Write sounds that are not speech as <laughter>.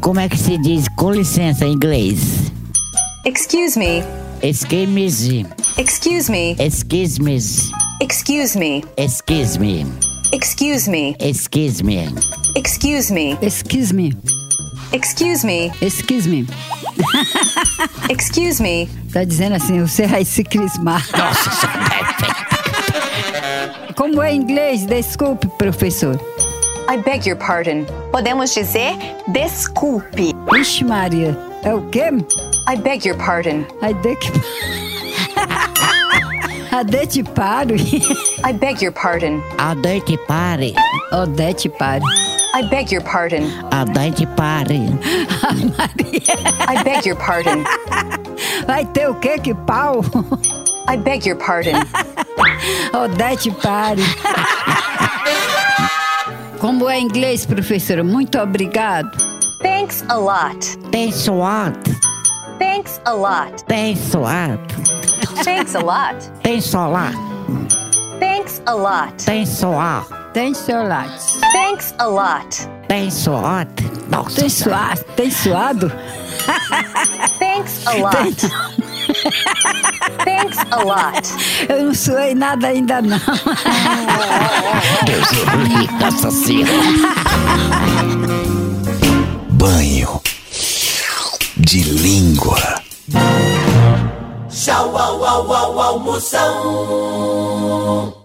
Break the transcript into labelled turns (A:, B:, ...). A: como é que se diz com licença em inglês?
B: Excuse me.
A: Excuse me.
B: Excuse me.
A: Excuse me.
B: Excuse me.
A: Excuse me.
B: Excuse me.
A: Excuse me.
B: Excuse me.
C: Excuse me.
B: Excuse me.
C: Excuse me.
B: Excuse me.
C: Tá dizendo assim, você vai se crismar.
A: <laughs> Nossa, isso é perfeito.
C: Como é em inglês? Desculpe, professor.
B: I beg your pardon. Podemos dizer desculpe.
C: Ixi, Maria. É o quê?
B: I beg your pardon.
C: Ai, de que... <laughs> Adete paro. <laughs>
B: I beg your pardon.
A: A dente pare.
C: Odete paro.
B: I beg your pardon.
A: A dente pare.
B: I beg your pardon.
C: Vai ter o quê que pau? <laughs>
B: I beg your pardon.
C: Odete pare. <laughs> Como é em inglês, professora? Muito obrigado.
B: Thanks a lot.
A: Tem SWAT.
B: Thanks a lot.
A: Tem SWAT.
B: Thanks a lot.
A: Tem solar.
B: Thanks a lot.
A: Tem soar.
C: Tem chocolate.
B: Thanks a lot.
A: Tem SWAT. Nossa.
C: Tem suado? Tem suado?
B: Thanks a lot. Thanks a lot.
C: Eu não suei nada ainda, não.
A: Deus me livre, Nossa senhora.
D: Banho de língua.
E: Tchau, au, au, au, almoção.